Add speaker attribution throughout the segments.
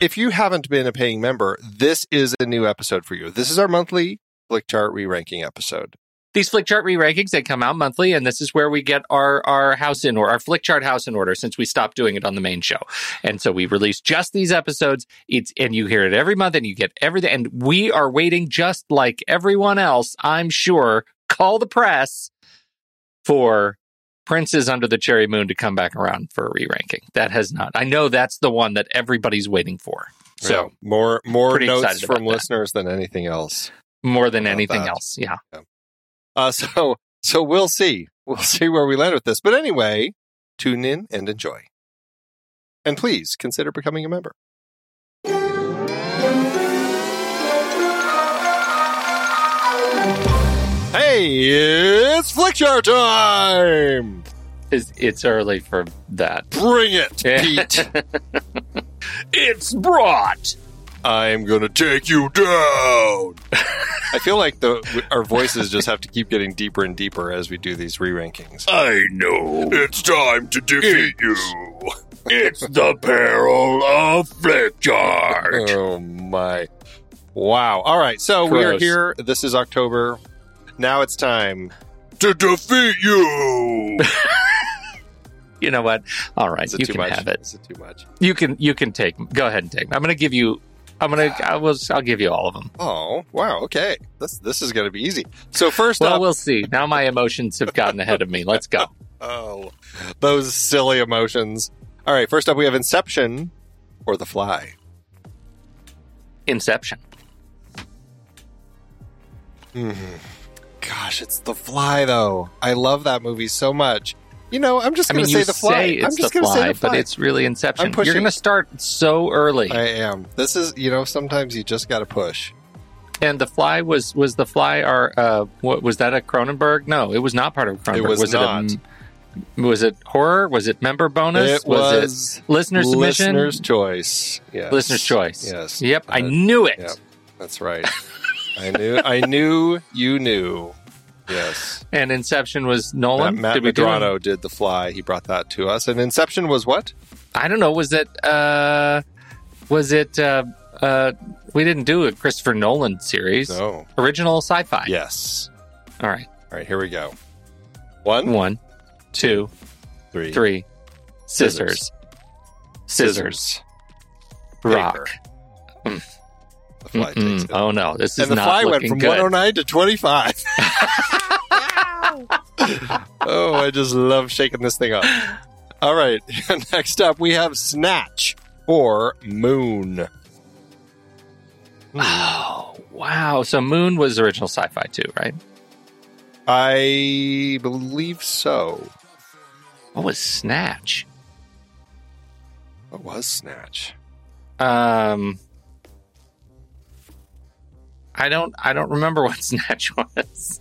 Speaker 1: If you haven't been a paying member, this is a new episode for you. This is our monthly Flick Chart re-ranking episode.
Speaker 2: These flick chart re-rankings they come out monthly, and this is where we get our our house in order, our flick chart house in order, since we stopped doing it on the main show, and so we release just these episodes. It's and you hear it every month, and you get everything. And we are waiting, just like everyone else, I'm sure. Call the press for Prince's Under the Cherry Moon to come back around for a re-ranking. That has not. I know that's the one that everybody's waiting for. So
Speaker 1: Yeah. more more
Speaker 2: Pretty
Speaker 1: notes
Speaker 2: excited
Speaker 1: from
Speaker 2: about that.
Speaker 1: listeners than anything else.
Speaker 2: more than
Speaker 1: About
Speaker 2: anything
Speaker 1: that.
Speaker 2: else, yeah.
Speaker 1: Uh, so so we'll see. We'll see where we land with this. But anyway, tune in and enjoy. And please consider becoming a member. Hey, it's Flick Chart time!
Speaker 2: It's, it's early for that.
Speaker 1: Bring it,
Speaker 2: Yeah.
Speaker 1: Pete.
Speaker 2: It's brought.
Speaker 1: I'm gonna take you down. I feel like the our voices just have to keep getting deeper and deeper as we do these re-rankings.
Speaker 3: I know. It's time to defeat you. It's the peril of Flickchart.
Speaker 1: Oh my! Wow. All right. So we are
Speaker 2: Gross.
Speaker 1: here. This is October. Now it's time.
Speaker 3: to defeat you.
Speaker 2: You know what? All right,
Speaker 1: Is it
Speaker 2: you
Speaker 1: too
Speaker 2: can
Speaker 1: much?
Speaker 2: have it.
Speaker 1: Is it too much?
Speaker 2: You can you can take. Go ahead and take. 'em. I'm going to give you. I'm going to. I will. I'll give you all of them.
Speaker 1: Oh wow. Okay. This this is going to be easy. So first
Speaker 2: Well,
Speaker 1: up,
Speaker 2: we'll see. Now my emotions have gotten ahead of me. Let's go.
Speaker 1: oh, those silly emotions. All right. First up, we have Inception or The Fly.
Speaker 2: Inception.
Speaker 1: Gosh, it's The Fly though. I love that movie so much. You know, I'm just
Speaker 2: I
Speaker 1: going
Speaker 2: mean,
Speaker 1: to say
Speaker 2: you
Speaker 1: The Fly.
Speaker 2: say
Speaker 1: I'm
Speaker 2: it's
Speaker 1: just
Speaker 2: the
Speaker 1: going to say
Speaker 2: fly,
Speaker 1: The Fly.
Speaker 2: but it's really Inception.
Speaker 1: I'm pushing-
Speaker 2: You're going to start so early,
Speaker 1: I am. This is, you know, sometimes you just got to push.
Speaker 2: and the fly was was the fly. Our uh, what was that a Cronenberg? No, it was not part of Cronenberg.
Speaker 1: was not.
Speaker 2: it? A, was it horror? Was it member bonus?
Speaker 1: it was
Speaker 2: it listener submission?
Speaker 1: Listener's choice. Yes.
Speaker 2: Listener's choice.
Speaker 1: Yes.
Speaker 2: Yep, I
Speaker 1: Uh,
Speaker 2: knew it.
Speaker 1: Yep. That's right. I knew. I knew you knew. Yes.
Speaker 2: And Inception was Nolan.
Speaker 1: Matt, Matt
Speaker 2: do him?
Speaker 1: Medrano did the fly. He brought that to us. And Inception was what?
Speaker 2: I don't know. Was it? Uh, was it? Uh, uh, we didn't do a Christopher Nolan series.
Speaker 1: No.
Speaker 2: Original sci-fi.
Speaker 1: Yes.
Speaker 2: All right.
Speaker 1: All right. Here we go. One,
Speaker 2: One, two,
Speaker 1: three,
Speaker 2: three. Scissors.
Speaker 1: Scissors.
Speaker 2: Scissors. Rock.
Speaker 1: Paper. The fly
Speaker 2: Mm-mm.
Speaker 1: takes it.
Speaker 2: Oh no, this is
Speaker 1: and the
Speaker 2: not
Speaker 1: fly went
Speaker 2: looking
Speaker 1: from
Speaker 2: good.
Speaker 1: 109 to 25. oh, I just love shaking this thing up. All right, next up we have Snatch or Moon.
Speaker 2: Oh wow. So Moon was original sci-fi too, right?
Speaker 1: I believe so.
Speaker 2: What was Snatch?
Speaker 1: What was Snatch?
Speaker 2: Um, I don't. I don't remember what Snatch was.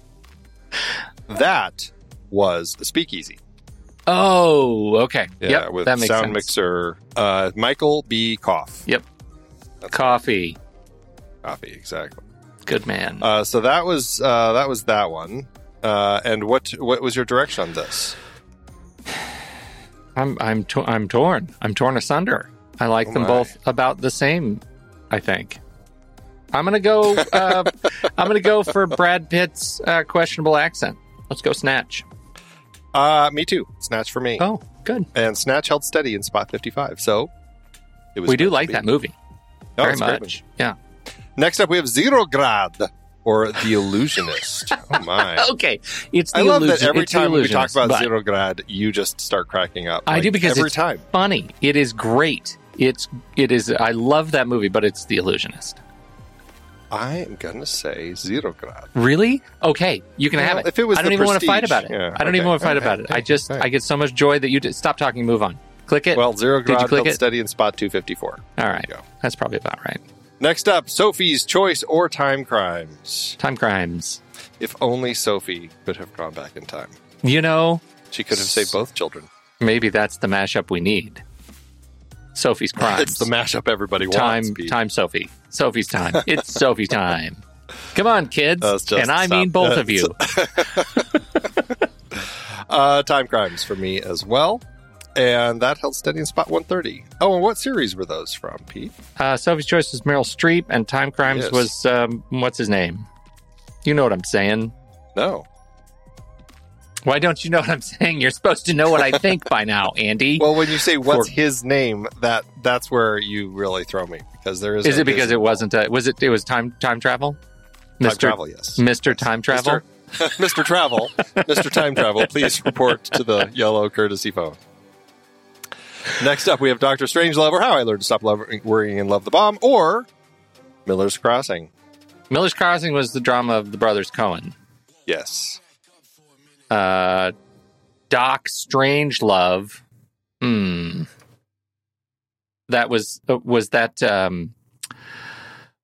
Speaker 1: That was the Speakeasy.
Speaker 2: Oh, okay.
Speaker 1: Yeah,
Speaker 2: yep,
Speaker 1: with
Speaker 2: that makes
Speaker 1: sound
Speaker 2: sense.
Speaker 1: mixer uh, Michael B. Koff.
Speaker 2: Yep. Coffee,
Speaker 1: Coffee, exactly.
Speaker 2: good man.
Speaker 1: Uh, so that was uh, that was that one. Uh, and what what was your direction on this?
Speaker 2: I'm I'm to- I'm torn. I'm torn asunder. I like
Speaker 1: Oh
Speaker 2: them
Speaker 1: my.
Speaker 2: both about the same. I think. I'm gonna go. Uh, I'm gonna go for Brad Pitt's uh, questionable accent. Let's go snatch.
Speaker 1: Uh, me too. Snatch for me.
Speaker 2: Oh, good.
Speaker 1: and Snatch held steady in spot 55. So it was
Speaker 2: We do
Speaker 1: meant to
Speaker 2: like
Speaker 1: be.
Speaker 2: that movie
Speaker 1: No,
Speaker 2: very
Speaker 1: it's a great
Speaker 2: much. Yeah.
Speaker 1: movie. Next up, we have Zero Grad or The Illusionist. oh my!
Speaker 2: Okay. It's the
Speaker 1: I love
Speaker 2: illusion.
Speaker 1: that every
Speaker 2: it's the
Speaker 1: time we talk
Speaker 2: illusionist,
Speaker 1: about
Speaker 2: but
Speaker 1: Zero Grad, you just start cracking up.
Speaker 2: I
Speaker 1: Like,
Speaker 2: do because
Speaker 1: every
Speaker 2: it's
Speaker 1: time.
Speaker 2: funny. It is great. It's it is. I love that movie, but it's the illusionist.
Speaker 1: I am gonna say Zero Grad.
Speaker 2: Really? Okay, you can
Speaker 1: Well,
Speaker 2: have it.
Speaker 1: if it was
Speaker 2: I don't
Speaker 1: the
Speaker 2: even want to
Speaker 1: Prestige,
Speaker 2: fight about it.
Speaker 1: yeah,
Speaker 2: I don't
Speaker 1: okay.
Speaker 2: even want to fight
Speaker 1: Okay,
Speaker 2: about it. I
Speaker 1: okay,
Speaker 2: just
Speaker 1: okay.
Speaker 2: I get so much joy that you did. stop talking. Move on. Click it.
Speaker 1: Well, Zero
Speaker 2: Did you
Speaker 1: Grad
Speaker 2: click
Speaker 1: held
Speaker 2: it?
Speaker 1: steady in spot 254.
Speaker 2: all right.
Speaker 1: There you go.
Speaker 2: That's probably about right.
Speaker 1: Next up, Sophie's Choice or Time Crimes.
Speaker 2: Time crimes.
Speaker 1: If only Sophie could have gone back in time,
Speaker 2: You know,
Speaker 1: she could have saved both children.
Speaker 2: maybe that's the mashup we need. Sophie's crimes.
Speaker 1: It's the mashup everybody
Speaker 2: time.
Speaker 1: wants. Pete.
Speaker 2: Time. Sophie. Sophie's time. It's Sophie's time. Come on, kids,
Speaker 1: That's just-
Speaker 2: and I mean
Speaker 1: stop.
Speaker 2: both of you.
Speaker 1: Uh, time crimes for me as well. and that held steady in spot 130. Oh, and what series were those from, Pete?
Speaker 2: Uh, Sophie's Choice was Meryl Streep, and Time Crimes
Speaker 1: Yes.
Speaker 2: was um, what's his name? You know what I'm saying?
Speaker 1: No.
Speaker 2: Why don't you know what I'm saying? You're supposed to know what I think by now, Andy.
Speaker 1: Well, when you say what's
Speaker 2: For-
Speaker 1: his name, that that's where you really throw me because there is.
Speaker 2: is
Speaker 1: no
Speaker 2: it because
Speaker 1: Disney
Speaker 2: it wasn't? A, was it? It was time time travel.
Speaker 1: time
Speaker 2: Mr.
Speaker 1: travel? Yes,
Speaker 2: Mr. Time Travel.
Speaker 1: Mr. Travel, Mr. Time Travel. Please report to the yellow courtesy phone. Next up, we have Doctor Strangelove or How I Learned to Stop Loving, Worrying and Love the Bomb, or Miller's Crossing.
Speaker 2: Miller's Crossing was the drama of the brothers Cohen.
Speaker 1: Yes,
Speaker 2: Uh, Doc Strangelove. Hmm. That was uh, was that um.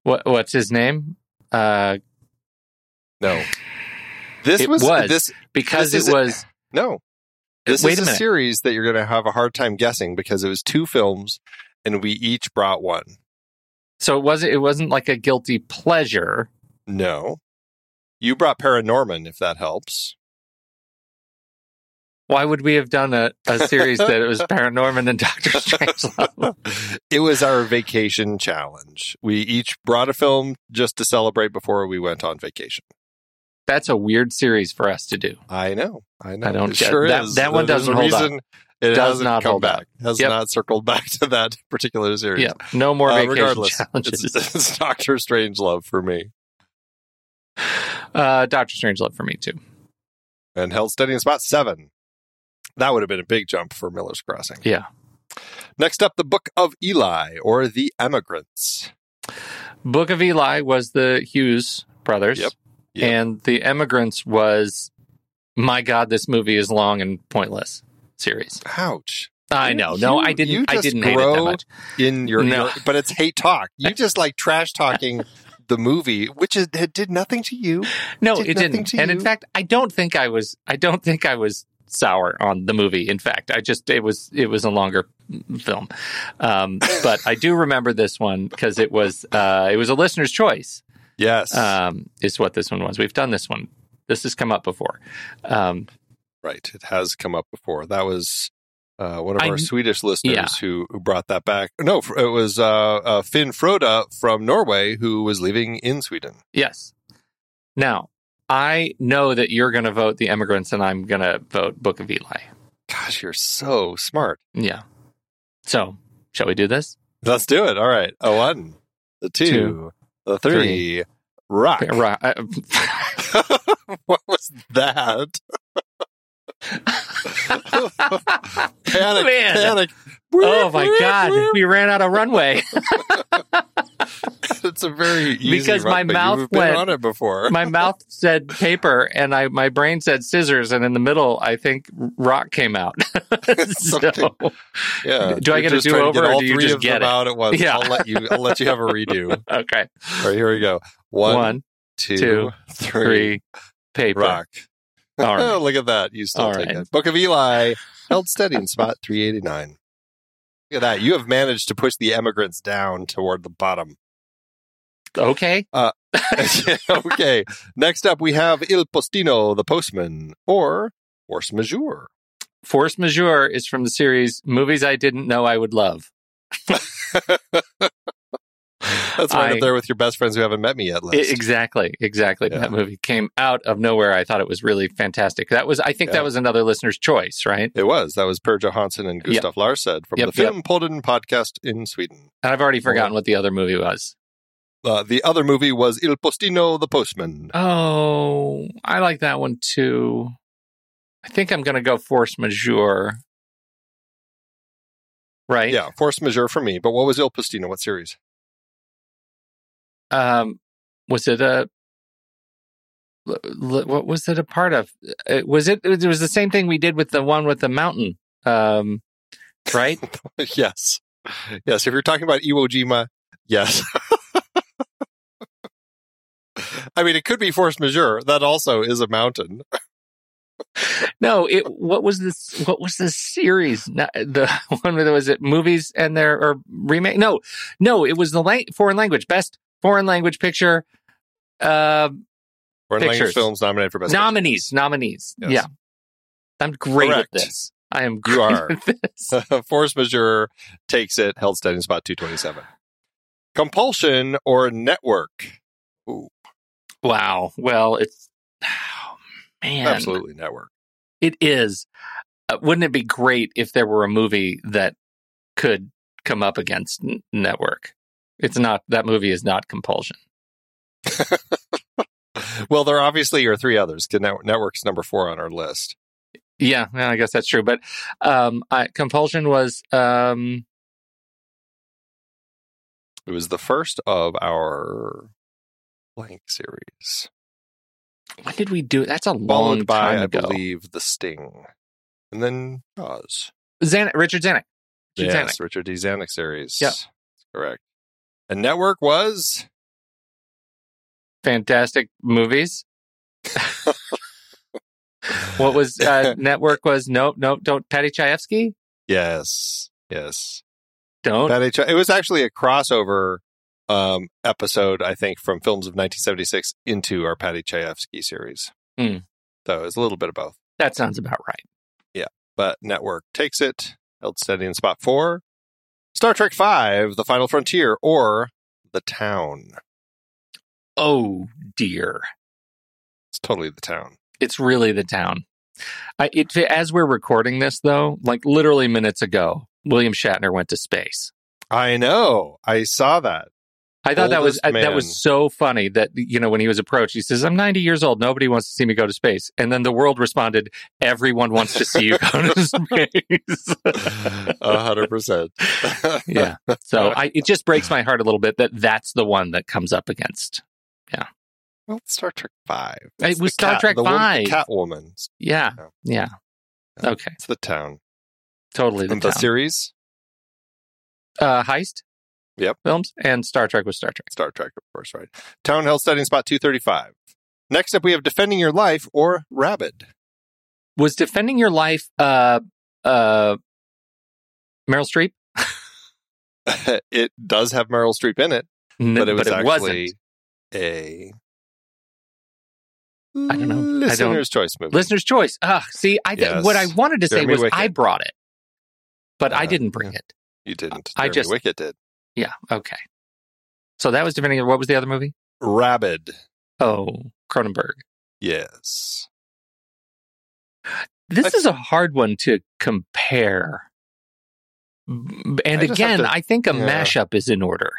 Speaker 2: What what's his name? Uh,
Speaker 1: no. This
Speaker 2: It
Speaker 1: was,
Speaker 2: was.
Speaker 1: this
Speaker 2: because
Speaker 1: This
Speaker 2: it
Speaker 1: is-
Speaker 2: was
Speaker 1: no. This
Speaker 2: Wait
Speaker 1: is
Speaker 2: a
Speaker 1: a
Speaker 2: minute.
Speaker 1: series that you're going to have a hard time guessing because it was two films, and we each brought one.
Speaker 2: so it wasn't it wasn't like a guilty pleasure.
Speaker 1: No. You brought Paranorman, if that helps.
Speaker 2: Why would we have done a, a series that it was Paranorman and Doctor Strangelove?
Speaker 1: It was our vacation challenge. We each brought a film just to celebrate before we went on vacation.
Speaker 2: That's a weird series for us to do.
Speaker 1: I know. I know.
Speaker 2: I don't
Speaker 1: it
Speaker 2: get-
Speaker 1: sure
Speaker 2: that-
Speaker 1: is.
Speaker 2: that one
Speaker 1: There's
Speaker 2: doesn't
Speaker 1: a
Speaker 2: hold up.
Speaker 1: reason It
Speaker 2: Does
Speaker 1: hasn't
Speaker 2: not
Speaker 1: come
Speaker 2: hold up.
Speaker 1: back. Has
Speaker 2: Yep.
Speaker 1: not circled back to that particular series.
Speaker 2: Yeah, no more
Speaker 1: Uh,
Speaker 2: vacation
Speaker 1: regardless,
Speaker 2: challenges.
Speaker 1: it's, it's Doctor Strangelove for me.
Speaker 2: Uh, Doctor Strangelove for me too.
Speaker 1: and held steady in spot seven. That would have been a big jump for Miller's Crossing.
Speaker 2: Yeah.
Speaker 1: Next up, the Book of Eli or the Emigrants.
Speaker 2: Book of Eli was the Hughes brothers,
Speaker 1: Yep. Yep.
Speaker 2: and the Emigrants was my God, this movie is long and pointless series.
Speaker 1: Ouch!
Speaker 2: I
Speaker 1: You-
Speaker 2: know. no,
Speaker 1: you-
Speaker 2: I
Speaker 1: you
Speaker 2: didn't. I
Speaker 1: just
Speaker 2: didn't hate it that
Speaker 1: grow
Speaker 2: much.
Speaker 1: In your,
Speaker 2: No.
Speaker 1: your- but it's hate talk. You just like trash talking the movie, which is, it did nothing to you.
Speaker 2: No,
Speaker 1: did
Speaker 2: it
Speaker 1: nothing
Speaker 2: didn't.
Speaker 1: to
Speaker 2: And in
Speaker 1: you.
Speaker 2: fact, I don't think I was. I don't think I was sour on the movie. In fact, I just it was it was a longer film, um, but I do remember this one because it was uh, it was a listener's choice.
Speaker 1: Yes,
Speaker 2: Um, is what this one was. We've done this one. This has come up before. Um,
Speaker 1: right. It has come up before. That was. Uh, one of
Speaker 2: I-
Speaker 1: our Swedish listeners
Speaker 2: Yeah.
Speaker 1: who, who brought that back. No, fr- it was uh, uh, Finn Froda from Norway who was living in Sweden.
Speaker 2: yes. Now I know that you're going to vote the immigrants, and I'm going to vote Book of Eli.
Speaker 1: Gosh, you're so smart.
Speaker 2: Yeah. So shall we do this?
Speaker 1: Let's do it. All right. A one, the two,
Speaker 2: Two,
Speaker 1: the three. Rock.
Speaker 2: Right.
Speaker 1: what was that? Panic.
Speaker 2: Man.
Speaker 1: Panic.
Speaker 2: Oh my god, we ran out of runway.
Speaker 1: It's a very easy
Speaker 2: Because
Speaker 1: run,
Speaker 2: my
Speaker 1: but
Speaker 2: mouth
Speaker 1: You've been
Speaker 2: went-
Speaker 1: on it before.
Speaker 2: My mouth said paper and I my brain said scissors and in the middle I think rock came out. so,
Speaker 1: Something- yeah.
Speaker 2: Do I
Speaker 1: You're
Speaker 2: get a
Speaker 1: just trying
Speaker 2: do-over
Speaker 1: get
Speaker 2: or
Speaker 1: all
Speaker 2: do you
Speaker 1: three
Speaker 2: just
Speaker 1: of
Speaker 2: get
Speaker 1: them
Speaker 2: it?
Speaker 1: out at once?
Speaker 2: Yeah.
Speaker 1: I'll let you. I'll let you have a redo. All
Speaker 2: okay.
Speaker 1: right, here we go.
Speaker 2: One,
Speaker 1: One, two, three.
Speaker 2: two, three, paper.
Speaker 1: Rock. Oh,
Speaker 2: All right.
Speaker 1: Look at that. You still
Speaker 2: All
Speaker 1: take
Speaker 2: right.
Speaker 1: it. Book of Eli held steady in spot 389. Look at that. You have managed to push the emigrants down toward the bottom.
Speaker 2: Okay.
Speaker 1: okay. Next up, we have Il Postino, the postman, or Force Majeure.
Speaker 2: Force Majeure is from the series Movies I Didn't Know I Would Love.
Speaker 1: That's right
Speaker 2: I-
Speaker 1: up there with your best friends who haven't met me yet
Speaker 2: I-
Speaker 1: list.
Speaker 2: E, exactly. Exactly.
Speaker 1: Yeah.
Speaker 2: That movie came out of nowhere. I thought it was really fantastic. That was I think
Speaker 1: Yeah.
Speaker 2: that was another listener's choice, right?
Speaker 1: it was. That was Per Johansson and Gustav Larsed from
Speaker 2: Yep,
Speaker 1: the Film Podden podcast in Sweden.
Speaker 2: And I've already forgotten what the other movie was.
Speaker 1: Uh, the other movie was Il Postino, the postman.
Speaker 2: Oh, I like that one too. I think I'm going to go force majeure. Right?
Speaker 1: Yeah, Force Majeure for me. But what was Il Postino? What series?
Speaker 2: Um, was it a l- l- what was it a part of? Uh, Was it it was the same thing we did with the one with the mountain. Um, right?
Speaker 1: yes. Yes. If you're talking about Iwo Jima, yes. I mean, it could be force majeure. That also is a mountain.
Speaker 2: no, it what was this what was this series? Not, the one where there was it movies and there or remake? No. No, it was the lang- foreign language best foreign language picture uh
Speaker 1: Foreign language
Speaker 2: Pictures.
Speaker 1: films nominated for best.
Speaker 2: nominees, nominees.
Speaker 1: Yes.
Speaker 2: Yeah. I'm great
Speaker 1: Correct.
Speaker 2: at this. I am great
Speaker 1: You are.
Speaker 2: at this.
Speaker 1: Force majeure takes it, held steady in spot 227. Compulsion or network?
Speaker 2: Wow. Well, it's oh, man.
Speaker 1: Absolutely network.
Speaker 2: It is. Uh, wouldn't it be great if there were a movie that could come up against N- Network? It's not that movie is not compulsion.
Speaker 1: Well, there obviously are three others. 'cause net- Network's number four on our list.
Speaker 2: Yeah, well, I guess that's true. But um, I, compulsion was um,
Speaker 1: It was the first of our blank series,
Speaker 2: when did we do? it? That's a long
Speaker 1: followed by,
Speaker 2: time
Speaker 1: I
Speaker 2: ago.
Speaker 1: believe, The Sting, and then Jaws.
Speaker 2: Zan- Richard Zanuck. Richard
Speaker 1: yes,
Speaker 2: Zanuck.
Speaker 1: Richard D. Zanuck series.
Speaker 2: Yeah.
Speaker 1: correct. And Network was
Speaker 2: Fantastic movies. What was uh, Network was no no don't Patty Chayefsky
Speaker 1: yes, yes.
Speaker 2: don't
Speaker 1: Patty Ch- it was actually a crossover um, episode, I think, from films of 1976 into our Patty Chayefsky series.
Speaker 2: Hmm.
Speaker 1: So it was a little bit of both.
Speaker 2: that sounds about right.
Speaker 1: But Network takes it, held steady in spot four. Star Trek Five: The Final Frontier, or The Town.
Speaker 2: Oh dear.
Speaker 1: It's totally The Town.
Speaker 2: it's really the town. I, it, as we're recording this, though, like literally minutes ago, William Shatner went to space.
Speaker 1: I know. I saw that.
Speaker 2: I thought that was
Speaker 1: Oldest
Speaker 2: I- that
Speaker 1: man.
Speaker 2: was so funny that you know when he was approached, he says, "I'm 90 years old. Nobody wants to see me go to space." And then the world responded, "Everyone wants to see you go to space."
Speaker 1: A hundred percent.
Speaker 2: yeah. So I, it just breaks my heart a little bit that that's the one that comes up against.
Speaker 1: Well, it's Star Trek Five.
Speaker 2: It
Speaker 1: It's
Speaker 2: was
Speaker 1: the
Speaker 2: Star Trek
Speaker 1: the wo-
Speaker 2: Five.
Speaker 1: The Catwoman. It's,
Speaker 2: Yeah.
Speaker 1: No.
Speaker 2: Yeah.
Speaker 1: No.
Speaker 2: Okay.
Speaker 1: it's the town.
Speaker 2: Totally
Speaker 1: The,
Speaker 2: the,
Speaker 1: the
Speaker 2: town.
Speaker 1: series.
Speaker 2: Uh, heist.
Speaker 1: Yep.
Speaker 2: Films and Star Trek was Star Trek.
Speaker 1: Star Trek, of course, right? Town held studying spot two thirty five. Next up, we have defending your life or rabid.
Speaker 2: was defending your life uh uh Meryl Streep?
Speaker 1: it does have Meryl Streep in it,
Speaker 2: N-
Speaker 1: but it was actually
Speaker 2: wasn't.
Speaker 1: a
Speaker 2: I don't know. I don't-
Speaker 1: listener's choice movie.
Speaker 2: Listener's choice. Ugh, see, I th-
Speaker 1: Yes.
Speaker 2: what I wanted to say
Speaker 1: Jeremy
Speaker 2: was
Speaker 1: Wicket.
Speaker 2: I brought it, but I
Speaker 1: Uh,
Speaker 2: didn't bring it.
Speaker 1: you didn't.
Speaker 2: I
Speaker 1: Jeremy
Speaker 2: just-
Speaker 1: Wicket did.
Speaker 2: Yeah, okay. So that was defending. What was the other movie?
Speaker 1: Rabid.
Speaker 2: Oh, Cronenberg.
Speaker 1: Yes.
Speaker 2: This
Speaker 1: I-
Speaker 2: is a hard one to compare. B- And
Speaker 1: I just have
Speaker 2: again,
Speaker 1: to-
Speaker 2: I think a
Speaker 1: yeah.
Speaker 2: mashup is in order.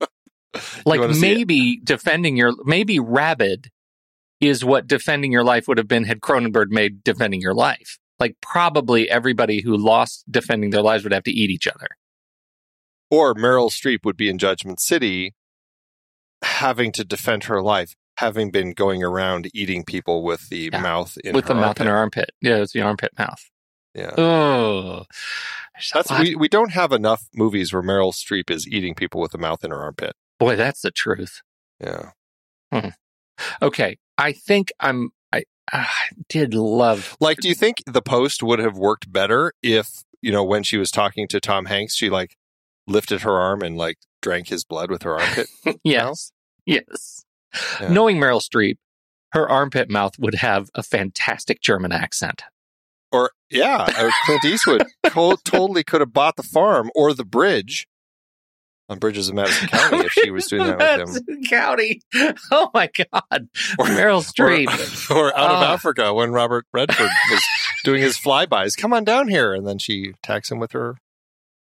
Speaker 1: You wanna
Speaker 2: like
Speaker 1: see it?
Speaker 2: maybe defending your maybe rabid is what defending your life would have been had Cronenberg made defending your life. Like probably everybody who lost defending their lives would have to eat each other.
Speaker 1: or Meryl Streep would be in Judgment City having to defend her life, having been going around eating people with the
Speaker 2: Yeah,
Speaker 1: mouth in
Speaker 2: with
Speaker 1: her
Speaker 2: the mouth
Speaker 1: armpit.
Speaker 2: in her armpit. Yeah, it's the armpit mouth.
Speaker 1: Yeah.
Speaker 2: Oh.
Speaker 1: That's we, we don't have enough movies where Meryl Streep is eating people with the mouth in her armpit.
Speaker 2: boy, that's the truth.
Speaker 1: Yeah.
Speaker 2: Okay. I think I'm I, ah, I did love
Speaker 1: Like do you think the post would have worked better if, you know, when she was talking to Tom Hanks, she like lifted her arm and like drank his blood with her armpit?
Speaker 2: Yes. Yes.
Speaker 1: Yeah.
Speaker 2: Knowing Meryl Streep, her armpit mouth would have a fantastic German accent.
Speaker 1: or yeah, uh, Clint Eastwood to- totally could have bought the farm or the bridge on Bridges of Madison County if she was doing that with him,
Speaker 2: Madison County. Oh my God.
Speaker 1: Or-
Speaker 2: Meryl Streep.
Speaker 1: or, or out of
Speaker 2: Ah.
Speaker 1: Africa when Robert Redford was doing his flybys. Come on down here, and then she attacks him with her.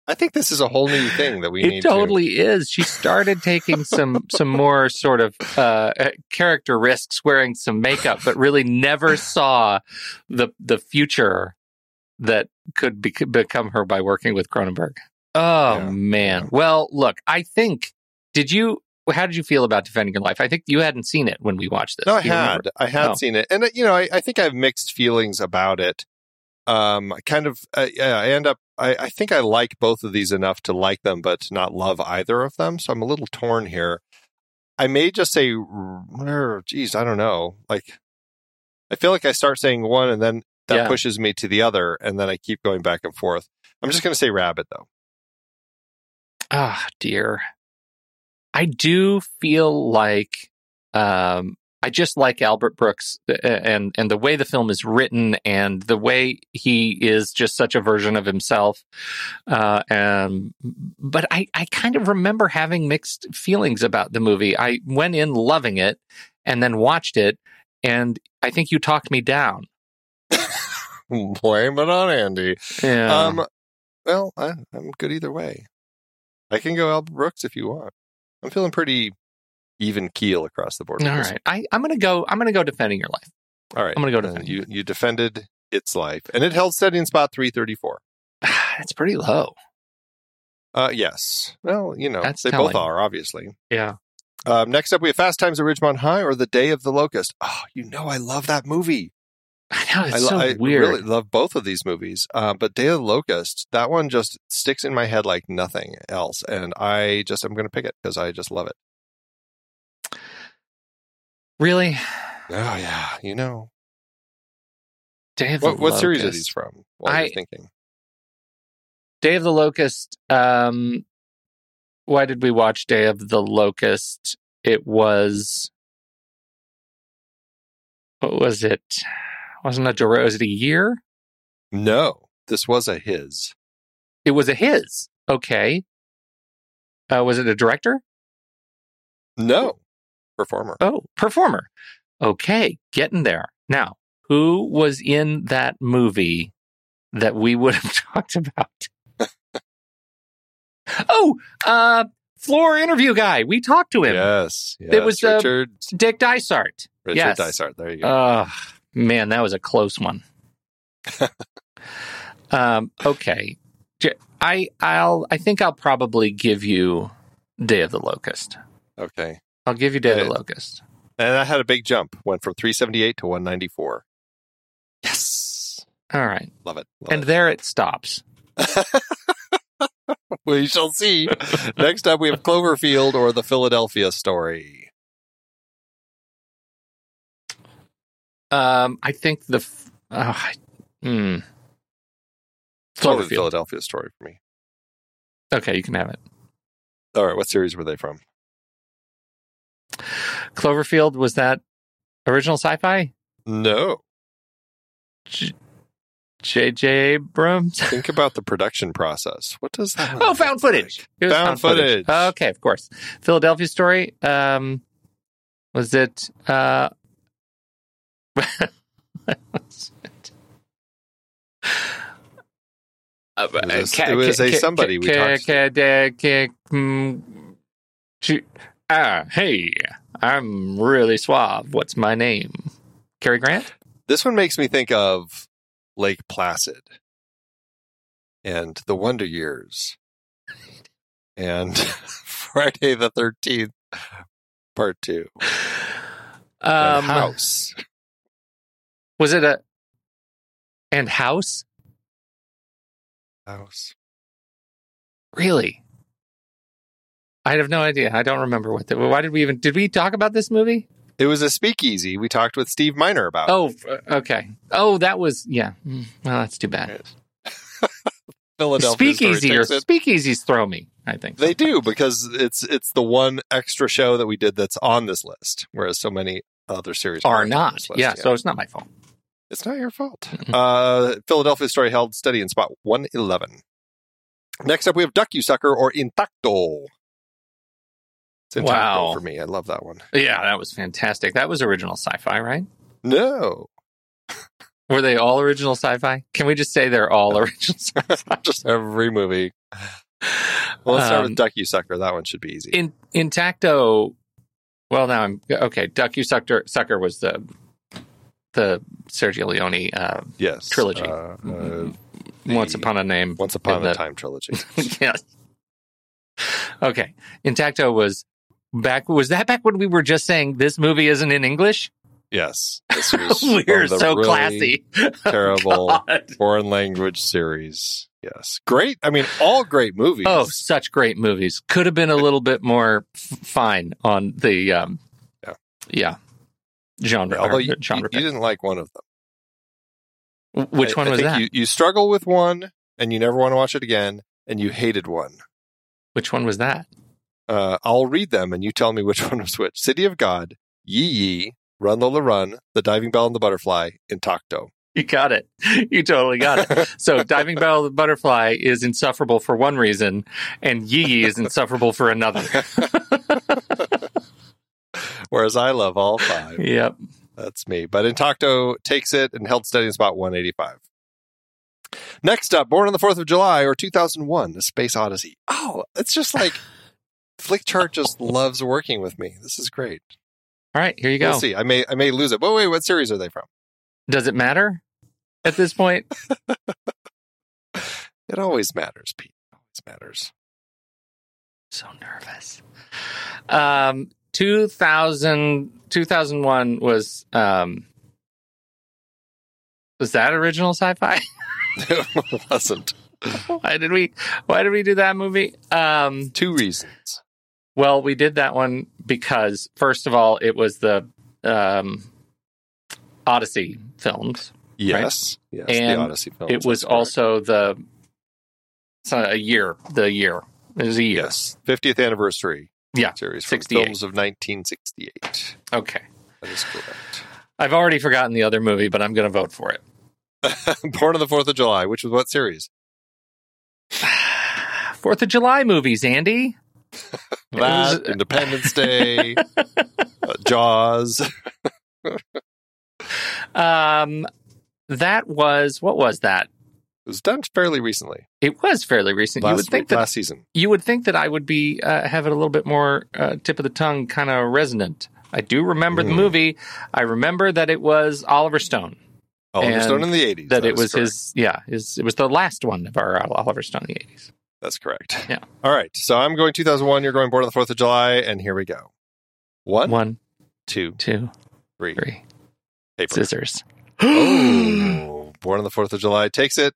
Speaker 1: I think this is a whole new thing that we
Speaker 2: it
Speaker 1: need.
Speaker 2: totally is. She started taking some some more sort of uh, uh, character risks, wearing some makeup, but really never saw the the future that could be- become her by working with Cronenberg. Oh
Speaker 1: Yeah.
Speaker 2: man. Well, look, I think did you? How did you feel about defending your life? I think you hadn't seen it when we watched this.
Speaker 1: No, I
Speaker 2: Do you remember?
Speaker 1: had. I had
Speaker 2: Oh.
Speaker 1: seen it, and uh, you know, I, I think I have mixed feelings about it. Um, I kind of, I, yeah, I end up. I, I think I like both of these enough to like them, but to not love either of them. So I'm a little torn here. I may just say, "Er, geez, I don't know. Like, I feel like I start saying one, and then that
Speaker 2: Yeah.
Speaker 1: pushes me to the other, and then I keep going back and forth. I'm just going to say rabbit though.
Speaker 2: Ah, dear. I do feel like um I just like Albert Brooks uh, and and the way the film is written and the way he is just such a version of himself. Uh, and but I I kind of remember having mixed feelings about the movie. I went in loving it and then watched it, and I think you talked me down.
Speaker 1: Blame it on Andy.
Speaker 2: Yeah.
Speaker 1: Um, well, I, I'm good either way. I can go Albert Brooks if you want. I'm feeling pretty even keel across the board. with
Speaker 2: all
Speaker 1: this.
Speaker 2: right, I, I'm gonna go. I'm gonna go defending your life.
Speaker 1: all right.
Speaker 2: I'm gonna go
Speaker 1: Uh,
Speaker 2: defending.
Speaker 1: you you defended its life, and it held steady in spot 334.
Speaker 2: That's pretty low.
Speaker 1: Uh, yes. Well, you know,
Speaker 2: That's
Speaker 1: they both
Speaker 2: telling.
Speaker 1: are obviously.
Speaker 2: Yeah.
Speaker 1: Um, next up, we have Fast Times at Ridgemont High or The Day of the Locust. Oh, you know, I love that movie.
Speaker 2: I know it's
Speaker 1: I, lo-
Speaker 2: so
Speaker 1: I
Speaker 2: weird.
Speaker 1: really love both of these movies. Uh, but Day of the Locust, that one just sticks in my head like nothing else. And I just, I'm going to pick it because I just love it.
Speaker 2: Really?
Speaker 1: Oh, yeah. You know,
Speaker 2: Day of
Speaker 1: what,
Speaker 2: the
Speaker 1: what series are
Speaker 2: Locust.
Speaker 1: these from? While you're
Speaker 2: I-
Speaker 1: thinking.
Speaker 2: Day of the Locust. Um, why did we watch Day of the Locust? It was what was it? Wasn't it a was it a year?
Speaker 1: No, this was a his.
Speaker 2: It was a his. Okay. Uh, was it a director?
Speaker 1: No, performer.
Speaker 2: Oh, performer. Okay, getting there. Now, who was in that movie that we would have talked about? oh, uh, floor interview guy. We talked to him.
Speaker 1: Yes, yes.
Speaker 2: was, uh,
Speaker 1: Richard,
Speaker 2: Dick Dysart.
Speaker 1: Richard
Speaker 2: yes.
Speaker 1: Dysart. There you go.
Speaker 2: Oh, man, that was a close one. um, okay. J- I I'll I think I'll probably give you Day of the Locust.
Speaker 1: okay.
Speaker 2: I'll give you Day of the
Speaker 1: Uh,
Speaker 2: Locust.
Speaker 1: And I had a big jump. Went from 378 to 194. Yes.
Speaker 2: All right.
Speaker 1: Love it. Love
Speaker 2: And
Speaker 1: it.
Speaker 2: there it stops.
Speaker 1: we shall see. Next up, we have Cloverfield or the Philadelphia story.
Speaker 2: Um, I think the. f- Oh, I- hmm.
Speaker 1: Or the
Speaker 2: Cloverfield.
Speaker 1: Philadelphia story for me.
Speaker 2: Okay, you can have it.
Speaker 1: All right. What series were they from?
Speaker 2: Cloverfield was that original sci-fi?
Speaker 1: No.
Speaker 2: J.J. Abrams.
Speaker 1: Think about the production process. What does that
Speaker 2: Oh, found footage. It was
Speaker 1: Found footage.
Speaker 2: Okay, of course. Philadelphia story. Um, was it? Uh, was it? Uh,
Speaker 1: It was-
Speaker 2: ca-
Speaker 1: it was
Speaker 2: ca-
Speaker 1: a
Speaker 2: ca-
Speaker 1: somebody we
Speaker 2: ca-
Speaker 1: talked
Speaker 2: ca- da- ca- mm, ju- Ah, hey, I'm really suave. What's my name? Cary Grant.
Speaker 1: This one makes me think of Lake Placid and the Wonder Years and Friday the 13th, part two. and
Speaker 2: Um,
Speaker 1: House.
Speaker 2: was it a and House?
Speaker 1: House.
Speaker 2: Really? I have no idea. I don't remember what the. Why did we even? Did we talk about this movie?
Speaker 1: It was a speakeasy we talked with Steve Miner about.
Speaker 2: Oh, f- okay. Oh, that was yeah. Mm, Well, that's too bad.
Speaker 1: Philadelphia. story
Speaker 2: Speakeasy or
Speaker 1: takes it.
Speaker 2: speakeasies throw me. I think
Speaker 1: They do because it's it's the one extra show that we did that's on this list, whereas so many other series
Speaker 2: are
Speaker 1: on
Speaker 2: not.
Speaker 1: this list.
Speaker 2: Yeah, so it's not my fault.
Speaker 1: It's not your fault. uh, Philadelphia story held steady in spot 111. Next up, we have Duck You Sucker or Intacto. It's Intacto
Speaker 2: Wow.
Speaker 1: for me. I love that one.
Speaker 2: Yeah, that was fantastic. That was original sci-fi, right?
Speaker 1: No.
Speaker 2: Were they all original sci-fi? Can we just say they're all original sci-fi?
Speaker 1: Just every movie. Well, let's start
Speaker 2: Um,
Speaker 1: with Duck You Sucker. That one should be easy.
Speaker 2: In Intacto. Well, now I'm okay. Duck, you sucker, sucker was the the Sergio Leone uh,
Speaker 1: yes.
Speaker 2: trilogy.
Speaker 1: Uh, uh,
Speaker 2: Mm. Once
Speaker 1: the-
Speaker 2: Upon a Name.
Speaker 1: Once Upon
Speaker 2: In
Speaker 1: a
Speaker 2: the-
Speaker 1: Time trilogy.
Speaker 2: yes. Okay. Intacto was back. Was that back when we were just saying this movie isn't in English?
Speaker 1: Yes. This was
Speaker 2: We're
Speaker 1: from Oh, the
Speaker 2: so
Speaker 1: really
Speaker 2: classy. Oh,
Speaker 1: Terrible
Speaker 2: God.
Speaker 1: foreign language series. Yes. Great. I mean, all great movies.
Speaker 2: Oh, such great movies. Could have been a little bit more f- fine on the um,
Speaker 1: Yeah.
Speaker 2: yeah genre.
Speaker 1: Although
Speaker 2: or
Speaker 1: you, you,
Speaker 2: genre
Speaker 1: you didn't like one of them.
Speaker 2: pick. Which
Speaker 1: I-
Speaker 2: one
Speaker 1: I
Speaker 2: was
Speaker 1: think
Speaker 2: that?
Speaker 1: You, you struggle with one and you never want to watch it again and you hated one.
Speaker 2: Which one was that?
Speaker 1: Uh, I'll read them and you tell me which one was which. City of God, Yee Yee, Run Lola Run, The Diving Bell and the Butterfly, Intacto.
Speaker 2: You got it. You totally got it. So, Diving Bell the Butterfly is insufferable for one reason, and Yee Yee is insufferable for another.
Speaker 1: Whereas I love all five.
Speaker 2: Yep.
Speaker 1: That's me. But Intacto takes it and held steady in spot 185. Next up, Born on the 4th of July or 2001, A Space Odyssey. Oh, it's just like Flickchart just loves working with me. This is great.
Speaker 2: All right, here you go.
Speaker 1: We'll see. I may I may lose it. But wait, what series are they from?
Speaker 2: Does it matter at this point?
Speaker 1: It always matters, Pete. It always matters.
Speaker 2: so nervous. Um, 2000, 2001 was um, was that original sci-fi?
Speaker 1: it wasn't.
Speaker 2: why did we Why did we do that movie? Um,
Speaker 1: Two reasons.
Speaker 2: well, we did that one because first of all, it was the um, Odyssey films.
Speaker 1: Yes. Yes.
Speaker 2: And
Speaker 1: the Odyssey film.
Speaker 2: it was also the it's not a year. The year it was a year.
Speaker 1: Yes. 50th anniversary
Speaker 2: Yeah,
Speaker 1: series from
Speaker 2: 68.
Speaker 1: films of 1968.
Speaker 2: Okay,
Speaker 1: That is correct.
Speaker 2: I've already forgotten the other movie, but I'm going to vote for it.
Speaker 1: Born on the 4th of July, which was what series?
Speaker 2: Fourth of July movies, Andy. It was-
Speaker 1: That, Independence Day, uh, Jaws.
Speaker 2: um, that was what was that?
Speaker 1: It was done fairly recently.
Speaker 2: It was fairly recent. you
Speaker 1: Last,
Speaker 2: would think that
Speaker 1: last season.
Speaker 2: you would think that I would be uh, have it a little bit more uh, tip of the tongue, kind of resonant. I do remember the
Speaker 1: Mm.
Speaker 2: movie. I remember that it was Oliver Stone.
Speaker 1: Oliver
Speaker 2: And
Speaker 1: Stone in the 80s.
Speaker 2: That, it
Speaker 1: is
Speaker 2: was
Speaker 1: correct.
Speaker 2: his, yeah, his. It was the last one of our uh, Oliver Stone in the eighties.
Speaker 1: That's correct.
Speaker 2: Yeah.
Speaker 1: All right. So I'm going 2001. You're going Born on the 4th of July. And here we go. One,
Speaker 2: One,
Speaker 1: two,
Speaker 2: two,
Speaker 1: three.
Speaker 2: three.
Speaker 1: Paper.
Speaker 2: Scissors.
Speaker 1: Oh, Born on the 4th of July takes it.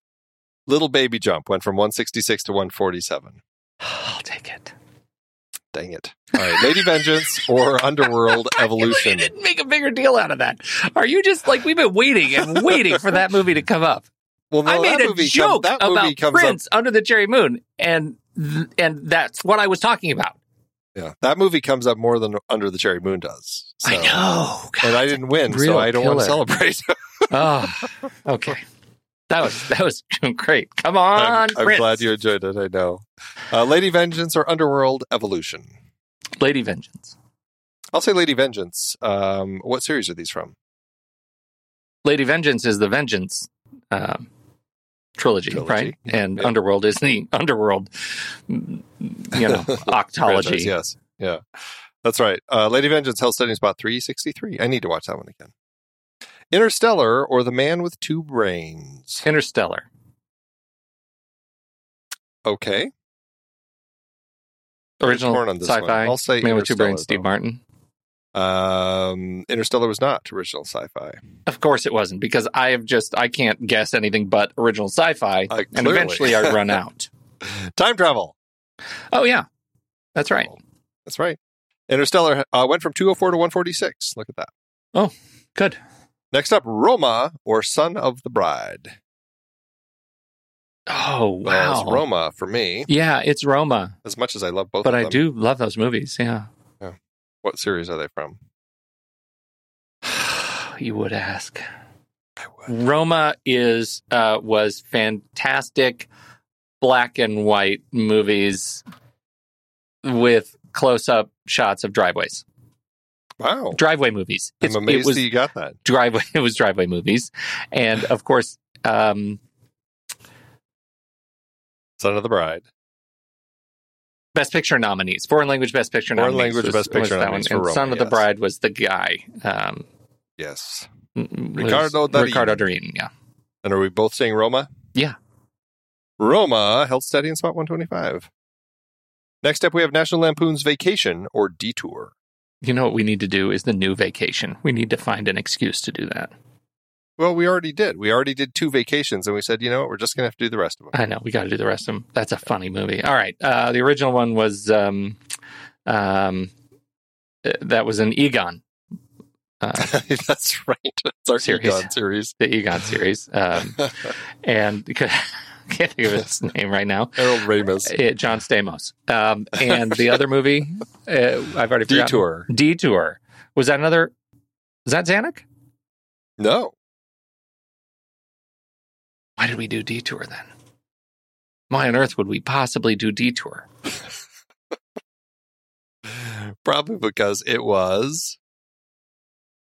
Speaker 1: Little Baby Jump went from 166 to 147.
Speaker 2: I'll take it.
Speaker 1: Dang it. All right. Lady Vengeance or Underworld
Speaker 2: You
Speaker 1: Evolution.
Speaker 2: didn't make a bigger deal out of that. Are you just like we've been waiting and waiting for that movie to come up?
Speaker 1: Well, no,
Speaker 2: I made
Speaker 1: that
Speaker 2: a
Speaker 1: movie come-
Speaker 2: joke
Speaker 1: that movie
Speaker 2: about
Speaker 1: comes up
Speaker 2: Prince under the cherry moon, and and that's what I was talking about.
Speaker 1: Yeah, that movie comes up more than Under the Cherry Moon does. So.
Speaker 2: know.
Speaker 1: And I didn't win,
Speaker 2: Real
Speaker 1: so I don't want to
Speaker 2: killer.
Speaker 1: celebrate.
Speaker 2: oh, okay. That was that was great. Come on,
Speaker 1: I'm, I'm
Speaker 2: Prince.
Speaker 1: glad you enjoyed it. I know. Uh, Lady Vengeance or Underworld Evolution?
Speaker 2: Lady Vengeance.
Speaker 1: I'll say Lady Vengeance. Um, what series are these from?
Speaker 2: Lady Vengeance is the Vengeance um, trilogy,
Speaker 1: Trilogy.
Speaker 2: right? And
Speaker 1: Yeah.
Speaker 2: Underworld is the Underworld, mm, you know, octology.
Speaker 1: Franchise, yes. Yeah. That's right. Uh, Lady Vengeance held steady in spot 363. I need to watch that one again. Interstellar or The Man with Two Brains?
Speaker 2: Interstellar.
Speaker 1: Okay.
Speaker 2: Original
Speaker 1: torn on this one.
Speaker 2: sci-fi.
Speaker 1: I'll say
Speaker 2: Man with Two Brains,
Speaker 1: Interstellar,
Speaker 2: Steve
Speaker 1: though.
Speaker 2: Martin.
Speaker 1: Um, Interstellar was not original sci fi.
Speaker 2: Of course it wasn't because I have just I can't guess anything but original sci-fi
Speaker 1: Uh,
Speaker 2: and
Speaker 1: clearly.
Speaker 2: eventually I run out.
Speaker 1: Time travel.
Speaker 2: Oh yeah. That's right.
Speaker 1: That's right. Interstellar uh, went from 204 to 146. Look at that.
Speaker 2: Oh, Good.
Speaker 1: Next up, Roma or Son of the Bride.
Speaker 2: Oh
Speaker 1: Well,
Speaker 2: wow.
Speaker 1: it's Roma for me,
Speaker 2: Yeah, it's Roma,
Speaker 1: as much as I love both
Speaker 2: but
Speaker 1: of
Speaker 2: I
Speaker 1: them.
Speaker 2: do love those movies, yeah.
Speaker 1: What series are they from?
Speaker 2: you would ask.
Speaker 1: I would.
Speaker 2: Roma is uh was fantastic black and white movies with close-up shots of driveways.
Speaker 1: Wow.
Speaker 2: Driveway movies.
Speaker 1: I'm
Speaker 2: It's-
Speaker 1: amazed
Speaker 2: it was
Speaker 1: that you got that.
Speaker 2: driveway it was driveway movies and of course um
Speaker 1: Son of the Bride.
Speaker 2: best picture nominees foreign language best picture
Speaker 1: Foreign
Speaker 2: nominees
Speaker 1: language
Speaker 2: was,
Speaker 1: best picture
Speaker 2: was that
Speaker 1: nominees
Speaker 2: one. and
Speaker 1: for Roma,
Speaker 2: son of the
Speaker 1: yes.
Speaker 2: bride was the guy um mm,
Speaker 1: Yes.
Speaker 2: was
Speaker 1: Ricardo Darín.
Speaker 2: ricardo darin yeah
Speaker 1: And are we both saying Roma?
Speaker 2: Yeah.
Speaker 1: Roma held steady in spot 125. Next up, we have National Lampoon's Vacation or Detour.
Speaker 2: you know what we need to do is the new vacation we need to find an excuse to do that
Speaker 1: Well, we already did. We already did two vacations, and we said, you know what? We're just going to have to do the rest of them.
Speaker 2: i know we got to do the rest of them that's a funny movie all right uh the original one was um um uh, that was an egon uh,
Speaker 1: That's right. It's our
Speaker 2: Series.
Speaker 1: Egon series.
Speaker 2: the egon series um and can't think of his name right now
Speaker 1: Harold Ramis.
Speaker 2: Uh, John Stamos. Um, and the other movie, uh, I've already forgotten.
Speaker 1: Detour.
Speaker 2: Detour. Was that another? Is that Zanuck?
Speaker 1: No.
Speaker 2: Why did we do detour then? Why on earth would we possibly do detour?
Speaker 1: Probably because it was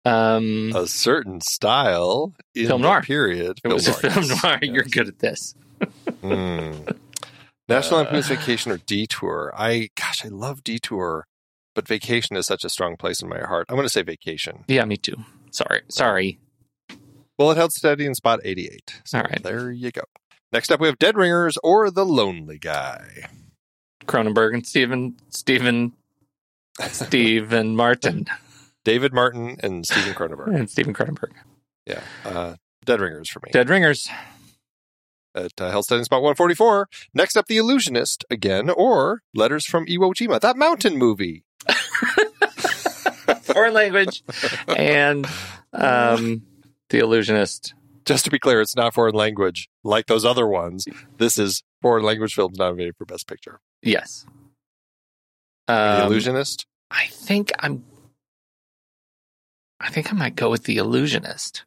Speaker 2: Um,
Speaker 1: a certain style in
Speaker 2: Film
Speaker 1: the
Speaker 2: noir.
Speaker 1: period.
Speaker 2: it was a film
Speaker 1: yes.
Speaker 2: noir. You're
Speaker 1: Yes.
Speaker 2: good at this.
Speaker 1: Mm. National
Speaker 2: Uh.
Speaker 1: Lampoon's Vacation or Detour. I gosh, I love Detour, but Vacation is such a strong place in my heart. I'm going to say Vacation.
Speaker 2: Yeah, me too. Sorry, sorry.
Speaker 1: Well, it held steady in spot 88. So
Speaker 2: All right.
Speaker 1: there you go. Next up, we have Dead Ringers or The Lonely Guy.
Speaker 2: Cronenberg and Stephen, Stephen, Stephen Martin,
Speaker 1: David Martin and Steven Cronenberg.
Speaker 2: and Stephen Cronenberg.
Speaker 1: yeah, uh, Dead Ringers for me.
Speaker 2: Dead Ringers.
Speaker 1: At uh, held steady in spot 144. Next up, The Illusionist again, or Letters from Iwo Jima, that mountain movie.
Speaker 2: foreign language and um, the illusionist
Speaker 1: Just to be clear, it's not foreign language like those other ones. This is foreign language films nominated for Best Picture.
Speaker 2: yes
Speaker 1: the
Speaker 2: Um,
Speaker 1: Illusionist.
Speaker 2: i think i'm i think i might go with the illusionist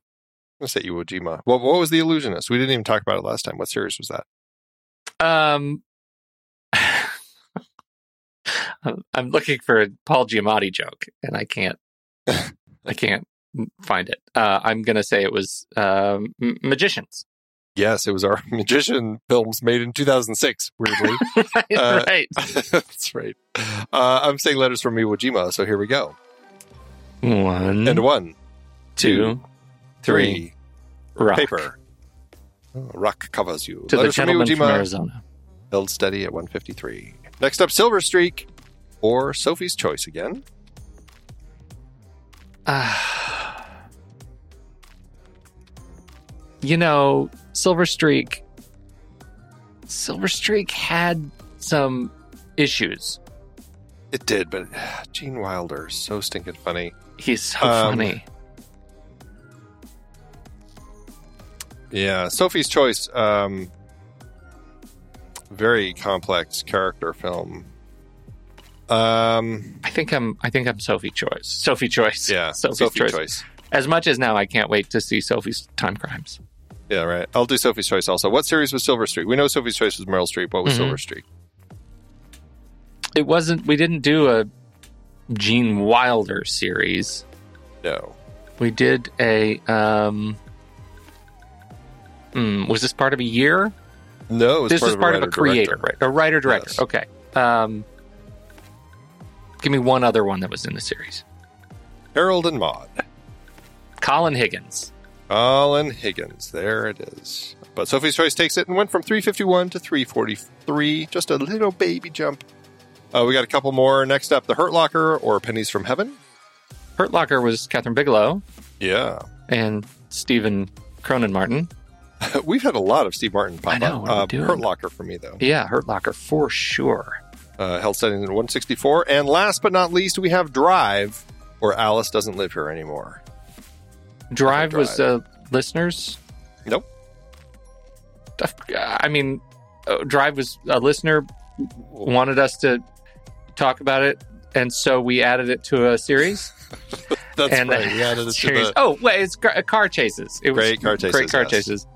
Speaker 1: I'm gonna say Iwo Jima. What, what was the Illusionist? We didn't even talk about it last time. What series was that?
Speaker 2: um I'm- i'm looking for a paul giamatti joke and i can't i can't find it uh, i'm gonna say it was um, M- magicians
Speaker 1: Yes, it was our magician films made in 2006. Weirdly, Uh,
Speaker 2: right
Speaker 1: that's right. Uh, I'm saying letters from Iwo Jima. So here we go.
Speaker 2: one
Speaker 1: And one,
Speaker 2: two
Speaker 1: three,
Speaker 2: rock
Speaker 1: paper. Oh, rock covers you.
Speaker 2: to the
Speaker 1: letters
Speaker 2: gentleman from arizona
Speaker 1: held steady at 153. Next up, Silver Streak or Sophie's Choice again.
Speaker 2: Ah. you know, Silver Streak. Silver Streak had some issues.
Speaker 1: It did, but ah, Gene Wilder is so stinking funny.
Speaker 2: He's so
Speaker 1: Um,
Speaker 2: funny.
Speaker 1: Yeah, Sophie's Choice. Um, very complex character film. Um,
Speaker 2: I think I'm. I think I'm Sophie Choice. Sophie Choice.
Speaker 1: yeah,
Speaker 2: Sophie's
Speaker 1: Sophie
Speaker 2: choice.
Speaker 1: Choice.
Speaker 2: As much as now, I can't wait to see Sophie's Time Crimes.
Speaker 1: Yeah, right. I'll do Sophie's Choice also. What series was Silver Streak? We know Sophie's Choice was Meryl Streep. What was
Speaker 2: Mhm.
Speaker 1: Silver Streak?
Speaker 2: It wasn't. We didn't do a Gene Wilder series.
Speaker 1: No.
Speaker 2: We did a. um hmm, Was this part of a year?
Speaker 1: No, it was
Speaker 2: this
Speaker 1: part
Speaker 2: is
Speaker 1: of
Speaker 2: part of a
Speaker 1: writer director.
Speaker 2: creator, right? A writer director.
Speaker 1: Yes.
Speaker 2: Okay. Um, give me one other one that was in the series.
Speaker 1: Harold and Maude.
Speaker 2: Colin Higgins.
Speaker 1: Colin Higgins. There it is. But Sophie's Choice takes it and went from 351 to 343. Just a little baby jump. Uh, we got a couple more. Next up, The Hurt Locker or Pennies from Heaven.
Speaker 2: Hurt Locker was Catherine Bigelow
Speaker 1: Yeah.
Speaker 2: and Stephen Cronin Martin.
Speaker 1: We've had a lot of Steve Martin pop
Speaker 2: I know,
Speaker 1: up.
Speaker 2: what are we
Speaker 1: uh,
Speaker 2: doing?
Speaker 1: Hurt Locker for me, though.
Speaker 2: Yeah, Hurt Locker for sure.
Speaker 1: Uh, held steady at 164. And last but not least, we have Drive or Alice Doesn't Live Here Anymore.
Speaker 2: Drive,
Speaker 1: Drive.
Speaker 2: was uh, listeners.
Speaker 1: Nope.
Speaker 2: I mean, uh, Drive was a listener wanted us to talk about it, and so we added it to a series.
Speaker 1: That's
Speaker 2: And- uh,
Speaker 1: right. We added it to
Speaker 2: Series-
Speaker 1: the
Speaker 2: Oh, wait, it's car, car chases. It was
Speaker 1: Great Car Chases,
Speaker 2: Great car
Speaker 1: yes.
Speaker 2: chases.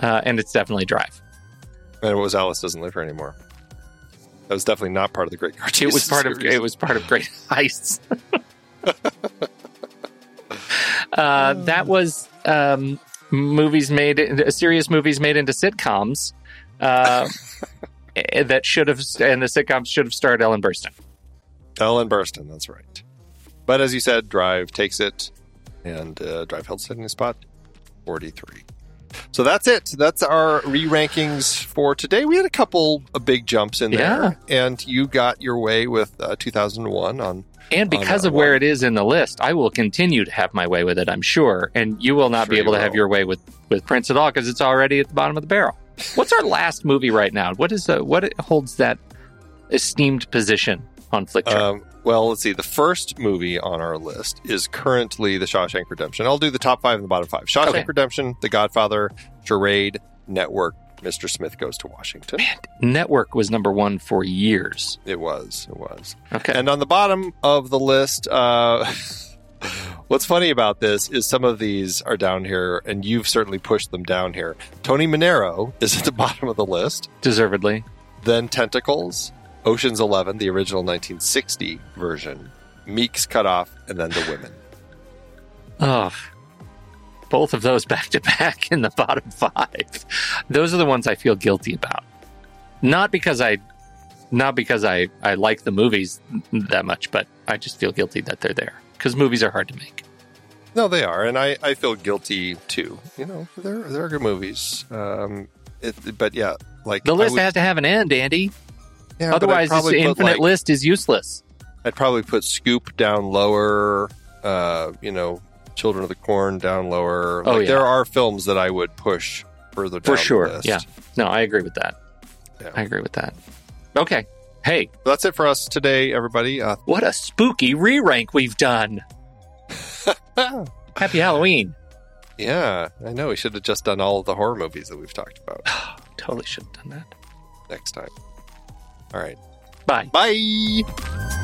Speaker 2: Uh, and it's definitely Drive.
Speaker 1: And it was Alice Doesn't Live Here Anymore. That was definitely not part of the Great
Speaker 2: It
Speaker 1: Cartoon.
Speaker 2: was part of it was part of Great Heists. uh, that was um, movies made uh, serious movies made into sitcoms. Uh, eh, that should have and the sitcoms should have starred Ellen Burstyn.
Speaker 1: Ellen Burstyn, that's right. But as you said, Drive takes it, and uh, Drive held steady in spot 43. So that's it. That's our re rankings for today. We had a couple of big jumps in there, and you got your way with uh, 2001 on.
Speaker 2: And
Speaker 1: Oh,
Speaker 2: because
Speaker 1: no,
Speaker 2: of where
Speaker 1: well-
Speaker 2: it is in the list, I will continue to have my way with it, I'm sure. And you will not
Speaker 1: Sure
Speaker 2: be
Speaker 1: you
Speaker 2: able to have
Speaker 1: will.
Speaker 2: your way with, with Prince at all because it's already at the bottom of the barrel. What's our last movie right now? What is the what holds that esteemed position on Flickr?
Speaker 1: Um, well, let's see. The first movie on our list is currently The Shawshank Redemption. I'll do the top five and the bottom five Shawshank
Speaker 2: Okay.
Speaker 1: Redemption, The Godfather, Charade, Network, Mr. Smith Goes to Washington.
Speaker 2: Network was number one for years.
Speaker 1: It was. It was.
Speaker 2: Okay,
Speaker 1: And on the bottom of the list, uh, What's funny about this is some of these are down here, and you've certainly pushed them down here. Tony Monero is at the bottom of the list,
Speaker 2: Deservedly.
Speaker 1: then Tentacles, Ocean's Eleven, the original 1960 version, Meek's Cut Off, and then The Women.
Speaker 2: Oh, both of those back to back in the bottom five. Those are the ones I feel guilty about. Not because I, not because I, I like the movies that much, but I just feel guilty that they're there because movies are hard to make.
Speaker 1: No, they are, and I, I feel guilty too. You know, they're they're good movies. Um, it, but yeah, like
Speaker 2: The
Speaker 1: I
Speaker 2: list
Speaker 1: would-
Speaker 2: has to have an end, Andy.
Speaker 1: yeah, but I'd
Speaker 2: Otherwise, this
Speaker 1: probably put,
Speaker 2: infinite
Speaker 1: like-
Speaker 2: list is useless.
Speaker 1: I'd probably put Scoop down lower. Uh, you know, Children of the Corn down lower.
Speaker 2: Oh,
Speaker 1: like,
Speaker 2: yeah.
Speaker 1: There are films that I would push further down.
Speaker 2: For sure,
Speaker 1: The list.
Speaker 2: yeah. No, I agree with that.
Speaker 1: Yeah.
Speaker 2: I agree with that. Okay. Hey,
Speaker 1: That's it for us today, everybody. Uh,
Speaker 2: what a spooky re rank we've done. Happy Halloween.
Speaker 1: yeah, I know. We should have just done all of the horror movies that we've talked about
Speaker 2: Totally should have done that.
Speaker 1: next time. All right.
Speaker 2: Bye.
Speaker 1: Bye.